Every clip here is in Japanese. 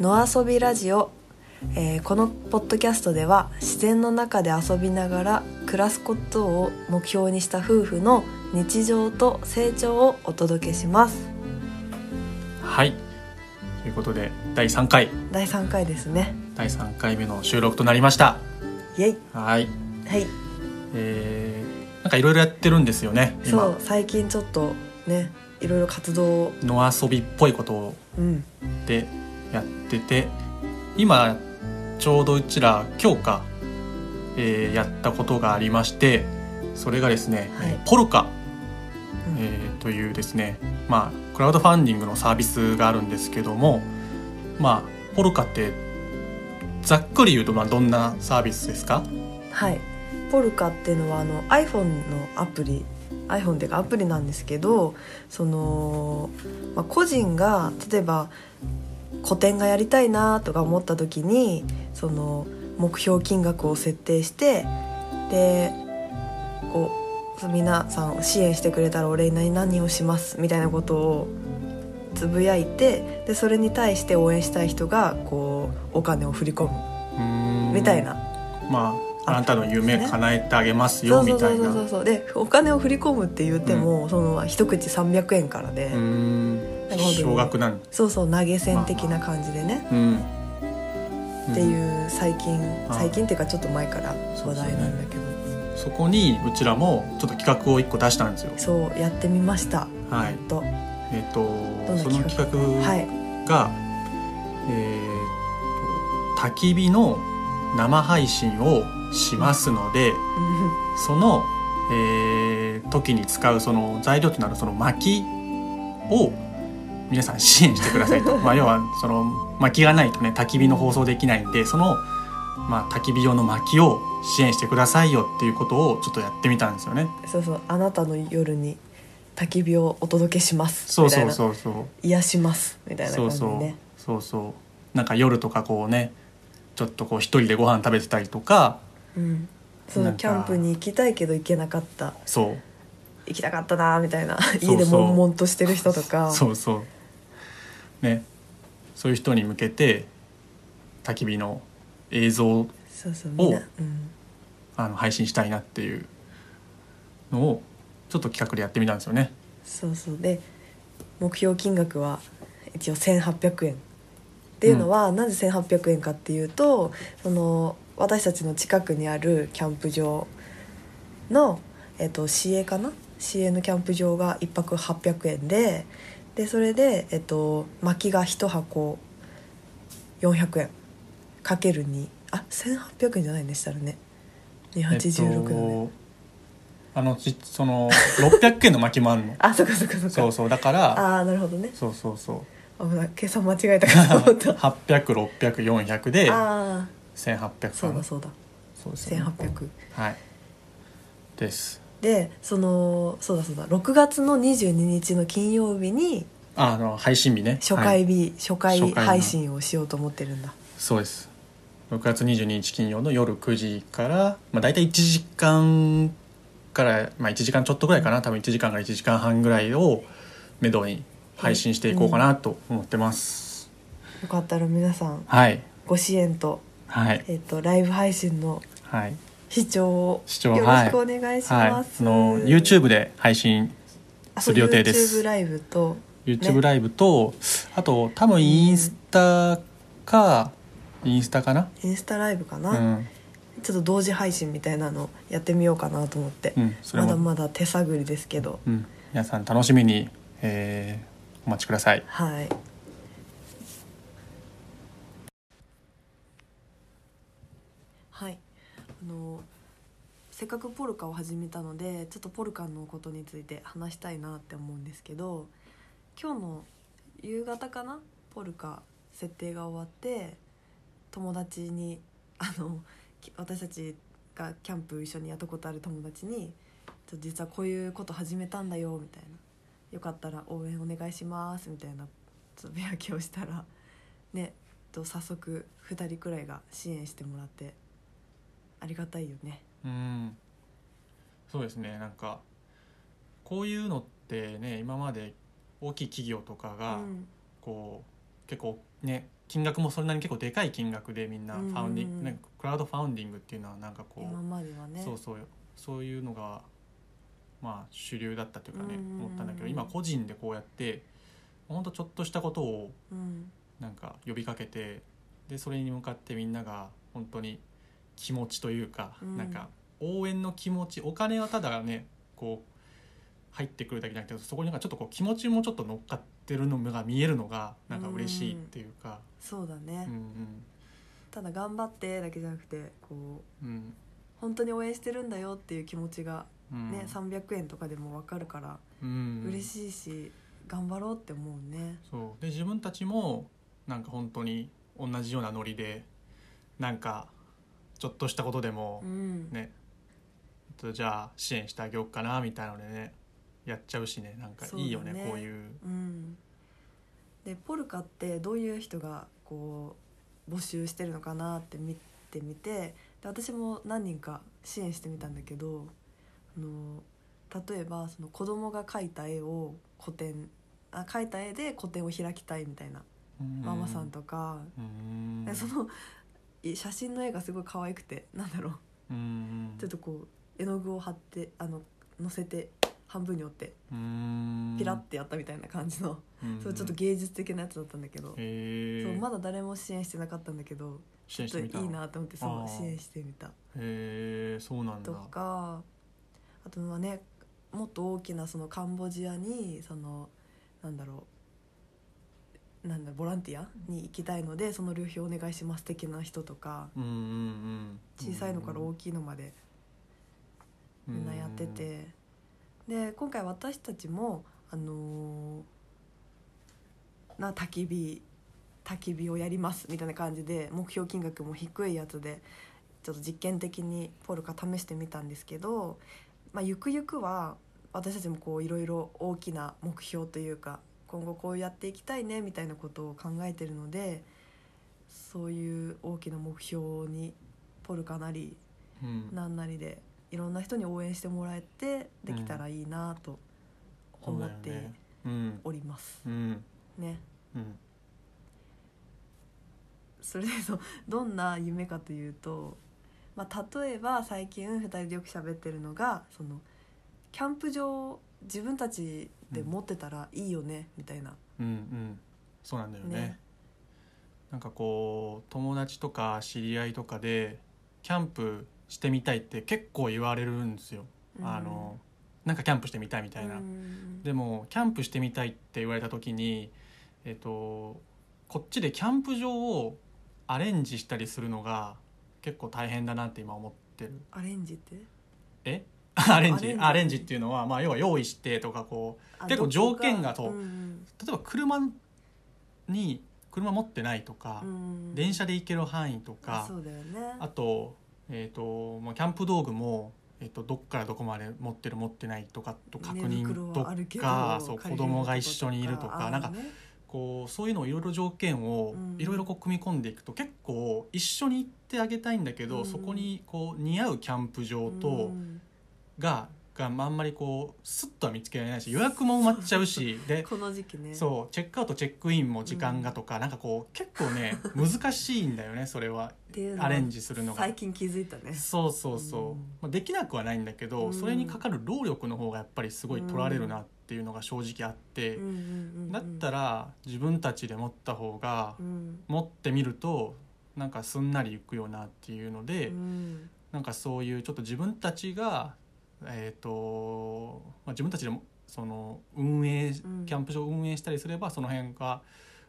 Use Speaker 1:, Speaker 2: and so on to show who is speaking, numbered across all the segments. Speaker 1: 野遊びラジオ」えーこのポッドキャストでは自然の中で遊びながら暮らすことを目標にした夫婦の日常と成長をお届けします
Speaker 2: はいということで第3回
Speaker 1: 第3回ですね
Speaker 2: 第3回目の収録となりました
Speaker 1: イエイ
Speaker 2: はい
Speaker 1: はい
Speaker 2: えー、なんかいろいろやってるんですよね
Speaker 1: そ
Speaker 2: 今
Speaker 1: う最近ちょっとねいろいろ活動を
Speaker 2: 野遊びっぽいことを
Speaker 1: うん
Speaker 2: でやってて今ちょうどうちら今日か、えーやったことがありましてそれがですね、
Speaker 1: はい
Speaker 2: ポルカ、
Speaker 1: うん
Speaker 2: えーというですねまあクラウドファンディングのサービスがあるんですけどもまあポルカってざっくり言うとまあどんなサービスですか
Speaker 1: はいポルカっていうのはあの iPhone のアプリ iPhone っていうかアプリなんですけどその、まあ、個人が例えば個展がやりたいなとか思った時にその目標金額を設定してでこうそう皆さんを支援してくれたらお礼に何をしますみたいなことをつぶやいてでそれに対して応援したい人がこうお金を振り込む
Speaker 2: うーん
Speaker 1: みたいな
Speaker 2: まああなたの夢叶えてあげます
Speaker 1: そう
Speaker 2: よ
Speaker 1: そ
Speaker 2: み
Speaker 1: うそ
Speaker 2: た
Speaker 1: う
Speaker 2: い
Speaker 1: そ
Speaker 2: な
Speaker 1: うそう
Speaker 2: う
Speaker 1: そうでお金を振り込むって言っても、その一口300円からで、
Speaker 2: ーん
Speaker 1: なんか本当に
Speaker 2: 少額なん
Speaker 1: そうそう投げ銭的な感じでね、
Speaker 2: うん
Speaker 1: っていう最近
Speaker 2: あ
Speaker 1: 最近っていうかちょっと前から話題なんだけど
Speaker 2: そこにうちらもちょっと企画を一個出したんですよ。
Speaker 1: そう,、やってみました、
Speaker 2: はい
Speaker 1: やっと
Speaker 2: えっ、と
Speaker 1: んな
Speaker 2: その
Speaker 1: 企画
Speaker 2: 企画
Speaker 1: はい
Speaker 2: が、えーと焚き火の生配信をしますので、その、えー時に使うその材料となるその薪を皆さん支援してくださ いと。まあ要はその薪がないとね焚き火の放送できないんでそのまあ焚き火用の薪を支援してくださいよっていうことをちょっとやってみたんですよね。
Speaker 1: そうそうあなたの夜に焚き火をお届けします
Speaker 2: そう
Speaker 1: みたい
Speaker 2: そ
Speaker 1: な
Speaker 2: うそうそう。
Speaker 1: 癒しますみたいな
Speaker 2: そ
Speaker 1: 感
Speaker 2: う
Speaker 1: じで
Speaker 2: そう
Speaker 1: ね
Speaker 2: そうそうなんか夜とかこうねちょっとこう一人でご飯食べてたりとか
Speaker 1: うんそ
Speaker 2: な
Speaker 1: の
Speaker 2: んか
Speaker 1: キャンプに行きたいけど行けなかった
Speaker 2: そ
Speaker 1: 行きたかったなみたいな
Speaker 2: うそう
Speaker 1: 家で悶々としてる人とか
Speaker 2: うそうそうねそういう人に向けて焚き火の映像を
Speaker 1: そうそうみんな、
Speaker 2: を
Speaker 1: うん、
Speaker 2: あの配信したいなっていうのをちょっと企画でやってみたんですよね
Speaker 1: そうそうで目標金額は一応1800円っていうのは、なぜ1800円かっていうとその私たちの近くにあるキャンプ場の、えっと CA かな CA のキャンプ場が1泊800円ででそれで、えっと薪が1箱400円かける2あ1800円じゃないんでしたらね286だね、
Speaker 2: えっとあのじその600円の巻きもあるの
Speaker 1: あそっかそっかそっか
Speaker 2: そうそうだから
Speaker 1: ああなるほどね
Speaker 2: そうそうそう
Speaker 1: 危ない計算間違えたかと思 ったあ
Speaker 2: 800600400で
Speaker 1: あ
Speaker 2: 1800かな
Speaker 1: そうだそうだ
Speaker 2: そうですよね
Speaker 1: 1800
Speaker 2: はいです
Speaker 1: でそのそうだそうだ6月の22日の金曜日に
Speaker 2: ああの配信日ね
Speaker 1: 初
Speaker 2: は
Speaker 1: 回
Speaker 2: い
Speaker 1: 日、初回
Speaker 2: 初回の
Speaker 1: 配信をしようと思ってるんだ
Speaker 2: そうです6月22日金曜の夜9時から、まあ、大体1時間から、まあ、1時間ちょっとぐらいかな多分1時間から1時間半ぐらいをめどに配信していこうかなと思ってます、
Speaker 1: よかったら皆さん
Speaker 2: はい
Speaker 1: ご支援と,、
Speaker 2: はい
Speaker 1: えっとライブ配信の
Speaker 2: はい
Speaker 1: 視聴を
Speaker 2: 視聴
Speaker 1: よろ
Speaker 2: は
Speaker 1: し
Speaker 2: い
Speaker 1: くお願いし
Speaker 2: はい
Speaker 1: ま
Speaker 2: あ
Speaker 1: す、
Speaker 2: の YouTube で配信
Speaker 1: あ
Speaker 2: する予定です
Speaker 1: そう YouTube ライブと
Speaker 2: YouTube ライブと、あと多分インスタか、インスタかな
Speaker 1: インスタライブかな、
Speaker 2: うん、
Speaker 1: ちょっと同時配信みたいなのやってみようかなと思って、
Speaker 2: うん、それ
Speaker 1: ま
Speaker 2: も
Speaker 1: だまだ手探りですけど
Speaker 2: うん、皆さん楽しみに、えーお待ちください。
Speaker 1: はいはいあのせっかくポルカを始めたのでちょっとポルカのことについて話したいなって思うんですけど今日の夕方かなポルカ設定が終わって友達にあのき私たちがキャンプ一緒にやったことある友達に「ちょ実はこういうこと始めたんだよ」みたいな「よかったら応援お願いします」みたいなつぶやきをしたらねと早速2人くらいが支援してもらってありがたいよね。
Speaker 2: うん、そうですね。なんかこういうのってね、今まで大きい企業とか
Speaker 1: う
Speaker 2: が
Speaker 1: ん
Speaker 2: こう、結構ね金額もそれなりに結構でかい金額でみんな
Speaker 1: う
Speaker 2: フ
Speaker 1: んうんうん
Speaker 2: ァウンディング、なんかクラウドファウンディングっていうのはなんかこう、
Speaker 1: 今まではね
Speaker 2: そうそうそういうのがまあ主流だったというかね、
Speaker 1: うんうんうん
Speaker 2: 思ったんだけど今個人でこうやってほんとちょっとしたことを
Speaker 1: うん
Speaker 2: なんか呼びかけてでそれに向かってみんなが本当に気持ちというか、
Speaker 1: うん
Speaker 2: なんか応援の気持ちお金はただねこう入ってくるだけじゃなくてそこになんかちょっとこう気持ちもちょっと乗っかってるのが見えるのがなんか嬉しいっていうか、
Speaker 1: そうだ
Speaker 2: う
Speaker 1: ね、
Speaker 2: んうん
Speaker 1: ただ頑張ってだけじゃなくてこう
Speaker 2: うん
Speaker 1: 本当に応援してるんだよっていう気持ちが
Speaker 2: うん
Speaker 1: ね、300円とかでも分かるから
Speaker 2: うん
Speaker 1: 嬉しいし、頑張ろうって思うね
Speaker 2: そうで自分たちもなんか本当に同じようなノリでなんかちょっとしたことでも
Speaker 1: うん、
Speaker 2: ね、ちょっとじゃあ支援してあげようかなみたいなのでねやっちゃうしねなんかいいよね
Speaker 1: そうだね
Speaker 2: こういう
Speaker 1: うん、でポルカってどういう人がこう募集してるのかなって見てみてで私も何人か支援してみたんだけどあの例えばその子供が描いた絵を個展あ描いた絵で個展を開きたいみたいなママさんとか、
Speaker 2: うん
Speaker 1: でそのい写真の絵がすごい可愛くてなんだろう
Speaker 2: うん
Speaker 1: ちょっとこう絵の具を貼ってあの乗せて半分に折って
Speaker 2: うん
Speaker 1: ピラッてやったみたいな感じの。
Speaker 2: うん
Speaker 1: そうちょっと芸術的なやつだったんだけど、
Speaker 2: へえ
Speaker 1: そうまだ誰も支援してなかったんだけど
Speaker 2: 支援し
Speaker 1: ちょ
Speaker 2: て
Speaker 1: っ
Speaker 2: み
Speaker 1: と
Speaker 2: た
Speaker 1: いい
Speaker 2: へ
Speaker 1: なと思ってそ
Speaker 2: あ
Speaker 1: う
Speaker 2: ー
Speaker 1: 支援してみた
Speaker 2: えそうなんだ
Speaker 1: とかあとはねもっと大きなそのカンボジアにそのなんだろうなんだボランティアに行きたいのでその旅費お願いします的な人とか
Speaker 2: うんうんうん
Speaker 1: 小さいのから大きいのまでみんなやっててで今回私たちもあのーな焚き火焚き火をやりますみたいな感じで目標金額も低いやつでちょっと実験的にポルカ試してみたんですけど、まあ、ゆくゆくは私たちもこういろいろ大きな目標というか今後こうやっていきたいねみたいなことを考えてるのでそういう大きな目標にポルカなり
Speaker 2: うん
Speaker 1: なんなりでいろんな人に応援してもらえてできたらいいなと
Speaker 2: そう
Speaker 1: 思
Speaker 2: だ
Speaker 1: っ
Speaker 2: よ
Speaker 1: て
Speaker 2: ねうん
Speaker 1: おります
Speaker 2: う。ん
Speaker 1: ね、
Speaker 2: うん
Speaker 1: それでそうどんな夢かというと、まあ、例えば最近2人でよく喋ってるのがそのキャンプ場を自分たちで持ってたらいいよね、みたいな。
Speaker 2: うんうんそうなんだよね
Speaker 1: ね
Speaker 2: なんかこう友達とか知り合いとかでキャンプしてみたいって結構言われるんですよ、あのなんかキャンプしてみたいみ
Speaker 1: み
Speaker 2: たいな、でもキャンプしてみたいって言われた時にえっとこっちでキャンプ場をアレンジしたりするのが結構大変だなって今思ってる
Speaker 1: アレンジって
Speaker 2: えアレン
Speaker 1: アレ
Speaker 2: ジ
Speaker 1: ンジ
Speaker 2: アレンジっていうのは、まあ、要は用意してとかこう
Speaker 1: あ
Speaker 2: 結
Speaker 1: ど
Speaker 2: 構
Speaker 1: こ
Speaker 2: 条件がそう
Speaker 1: うん
Speaker 2: 例えば車に車持ってないとか
Speaker 1: う、ん、
Speaker 2: 電
Speaker 1: 車
Speaker 2: 車で行ける範囲とか
Speaker 1: そうだよね
Speaker 2: あと,、えー、ともうキャンプ道具も、えー、とどっからどこまで持ってる持ってないとかと確
Speaker 1: 寝
Speaker 2: 認
Speaker 1: 袋
Speaker 2: と
Speaker 1: はあるけど
Speaker 2: かそう
Speaker 1: 借り
Speaker 2: 子
Speaker 1: れる
Speaker 2: 供が一緒にいると
Speaker 1: あ
Speaker 2: か
Speaker 1: ー
Speaker 2: なんか
Speaker 1: ね
Speaker 2: こうそういうのをいろいろ条件を
Speaker 1: うん
Speaker 2: いろいろこう組み込んでいくと結構一緒に行ってあげたいんだけ
Speaker 1: う
Speaker 2: ど、
Speaker 1: ん
Speaker 2: そこにこう似合うキャンプ場と、
Speaker 1: うん
Speaker 2: ががあんまりこうスッとは見つけられないし予約も埋まっちゃうしで
Speaker 1: この時期ね
Speaker 2: そうチェックアウトチェックインも時間がとか、なんかこう結構ね難しいんだよねそれは
Speaker 1: っていうのは
Speaker 2: アレンジするのが
Speaker 1: 最。近気づいたね
Speaker 2: そうそうそう、
Speaker 1: うん
Speaker 2: まあ、できなくはないんだけど、
Speaker 1: うん
Speaker 2: それにかかる労力の方がやっぱりすごい取られるなっていうのが正直あって、だった
Speaker 1: ら、
Speaker 2: ら自分たちで持った方が
Speaker 1: うん
Speaker 2: 持ってみるとなんかすんなりいくよなっていうので、
Speaker 1: うん
Speaker 2: なんかそういうちょっと自分たちが、えーとまあ、自分たちでもその運営キ
Speaker 1: ん
Speaker 2: ャンプ場を運営したりすればその辺が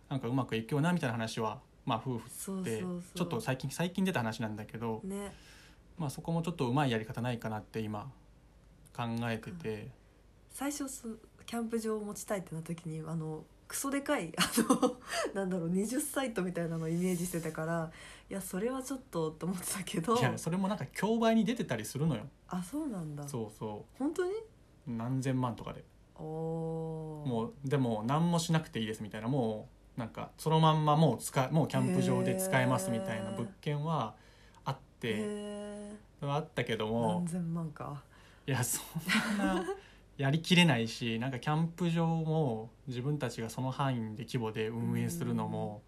Speaker 2: なんかうまくいくよなみたいな話は、まあ、夫婦
Speaker 1: そうそう
Speaker 2: で
Speaker 1: そう
Speaker 2: ちょっと最近最近出た話なんだけど、
Speaker 1: ね
Speaker 2: まあ、そこもちょっとうまいやり方ないかなって今考えてて、
Speaker 1: 最初そうキャンプ場を持ちたいってなった時にあのクソでかい あのなんだろう20サイトみたいなのをイメージしてたからいやそれはちょっとと思ってたけど
Speaker 2: いやそれもなんか競売に出てたりするのよ
Speaker 1: あそうなんだ
Speaker 2: そうそ
Speaker 1: 本当に
Speaker 2: う何千万とかで
Speaker 1: おー
Speaker 2: もうでも何もしなくていいですみたいなもうなんかそのまんまもう使いもうキャンプ場で使えますみたいな
Speaker 1: へー
Speaker 2: 物件はあって
Speaker 1: へー
Speaker 2: あったけど
Speaker 1: 何
Speaker 2: も
Speaker 1: 千万か
Speaker 2: いやそんなやりきれない しなんかキャンプ場も自分たちがその範囲で規模で運営するのも、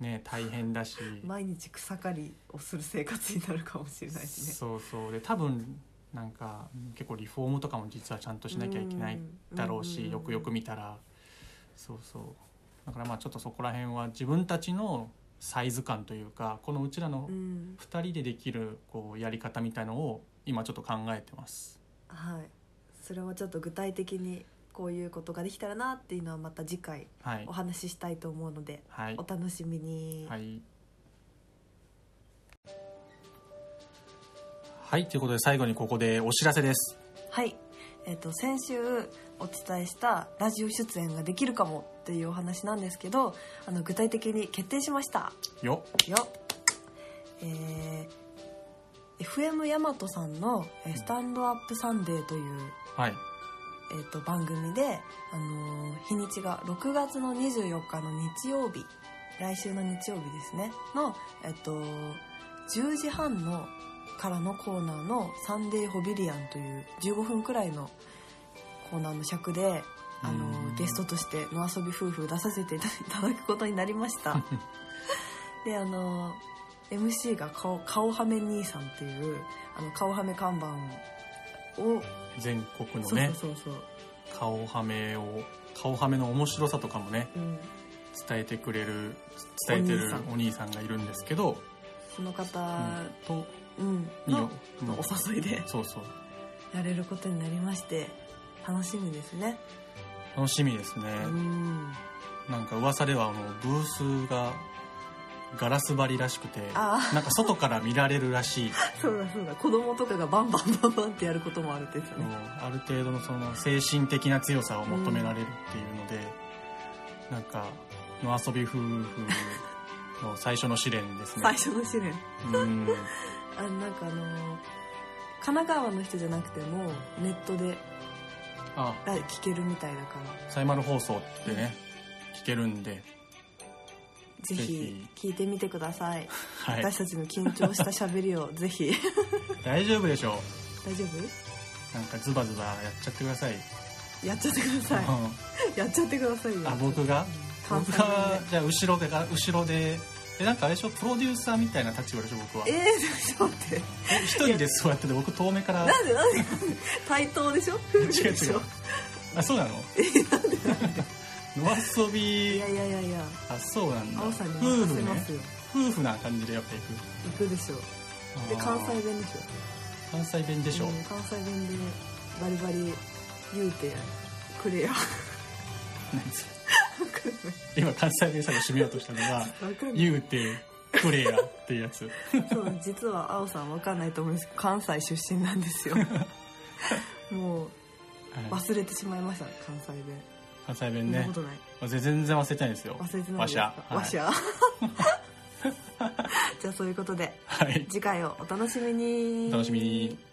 Speaker 2: ね、大変だし、
Speaker 1: 毎日草刈りをする生活になるかもしれないしね
Speaker 2: そうそうで多分なんか結構リフォームとかも実はちゃんとしなきゃいけないだろうし、
Speaker 1: うん
Speaker 2: よくよく見たらそうそうだからまあちょっとそこら辺は自分たちのサイズ感というかこのうちらの
Speaker 1: うん
Speaker 2: 2人でできるこうやり方みたいのを今ちょっと考えてます。
Speaker 1: はいそれをちょっと具体的にこういうことができたらなっていうのはまた次回
Speaker 2: はい
Speaker 1: お、話ししたいと思うので
Speaker 2: はい
Speaker 1: お楽しみに、
Speaker 2: はい。はい、ということで最後にここでお知らせです。
Speaker 1: はい、えっと先週お伝えしたラジオ出演ができるかもっていうお話なんですけどあの具体的に決定しました
Speaker 2: よ。
Speaker 1: よえー FM 大和さんのえー「スタンドアップサンデー」という、
Speaker 2: はい。
Speaker 1: えっと番組で、あのー日にちが6月の24日の日曜日来週の日曜日ですねの、えっと10時半のからのコーナーの「サンデーホビリアン」という15分くらいのコーナーの尺で、あのー
Speaker 2: うん
Speaker 1: ゲストとして「の遊び夫婦」出させていただくことになりま した。であのー MC が顔顔はめ兄さんっていうあの顔はめ看板を、
Speaker 2: 全国の
Speaker 1: そうそ
Speaker 2: ね
Speaker 1: う、そうそう、
Speaker 2: 顔はめを、顔はめの面白さとかもね、
Speaker 1: うん、
Speaker 2: 伝えてくれる、伝えてるお兄さんがいるんですけど、
Speaker 1: その方、
Speaker 2: と、
Speaker 1: うん、
Speaker 2: に
Speaker 1: の
Speaker 2: の
Speaker 1: お誘いで
Speaker 2: そうそう。
Speaker 1: やれることになりまして楽しみですね。
Speaker 2: 楽しみですね
Speaker 1: う。ん。
Speaker 2: なんか噂ではあの、ブースが、ガラス張りらしくて、
Speaker 1: あ
Speaker 2: なんか外から見られるらしい。
Speaker 1: あ、そうだそうだ。子供とかがバンバンバンバンってやることもあるって言ってた
Speaker 2: うん
Speaker 1: ね。
Speaker 2: ある程度のその精神的な強さを求められるっていうので、なんか野遊び夫婦の最初の試練ですね
Speaker 1: 最初の試練。
Speaker 2: うん
Speaker 1: あなんかあのー神奈川の人じゃなくてもネットで
Speaker 2: あ
Speaker 1: あ聞けるみたいだから
Speaker 2: サイマル放送ってね聞けるんで
Speaker 1: ぜ
Speaker 2: ぜ
Speaker 1: ひ
Speaker 2: ひ
Speaker 1: 聞いてみてください、
Speaker 2: はい
Speaker 1: 私たちの緊張した喋りを ぜ ひ
Speaker 2: 大丈夫でしょ
Speaker 1: 大丈夫
Speaker 2: うなんかズバズバやっちゃってください、
Speaker 1: やっちゃってくださいやっちゃってくださいよ
Speaker 2: あ僕が
Speaker 1: 関
Speaker 2: 僕
Speaker 1: 西弁
Speaker 2: がじゃあ後ろでが後ろでえなんかあれでしょプロデューサーみたいな立場でしょ僕は
Speaker 1: でえー、ちょっと待って
Speaker 2: 一人で座ってて僕遠目から
Speaker 1: なんでなんでなんで対等でしょ夫婦
Speaker 2: 違う
Speaker 1: でし
Speaker 2: 違
Speaker 1: ょ
Speaker 2: うあそうなの 野遊
Speaker 1: い
Speaker 2: び
Speaker 1: やいやいやいや
Speaker 2: あそうなんだ
Speaker 1: 青さんに
Speaker 2: 夫
Speaker 1: 任せ
Speaker 2: 婦
Speaker 1: ま
Speaker 2: ね
Speaker 1: すよ、
Speaker 2: 夫婦な感じでやっぱ行
Speaker 1: 行くでしょ
Speaker 2: く
Speaker 1: で
Speaker 2: あー
Speaker 1: 関西弁でしょ
Speaker 2: 関西弁でしょ、
Speaker 1: うん関西弁でバリバリ言うてく れよ
Speaker 2: 何それ今関西弁最後締めようとしたのが
Speaker 1: わか
Speaker 2: 「
Speaker 1: んない
Speaker 2: 言うてくれや」っていうやつ
Speaker 1: そう実は青さんわかんないと思うんですけど関西出身なんです よもう
Speaker 2: はい
Speaker 1: 忘れてしまいました関西弁
Speaker 2: 関西弁
Speaker 1: そんな
Speaker 2: ね
Speaker 1: ことない
Speaker 2: まあぜ全然忘れてないですよ
Speaker 1: 忘れてないですかわ
Speaker 2: わ
Speaker 1: し
Speaker 2: しゃ
Speaker 1: ゃ、 じゃあそういうことで
Speaker 2: はい、はい
Speaker 1: 次回をお楽しみに
Speaker 2: お楽しみに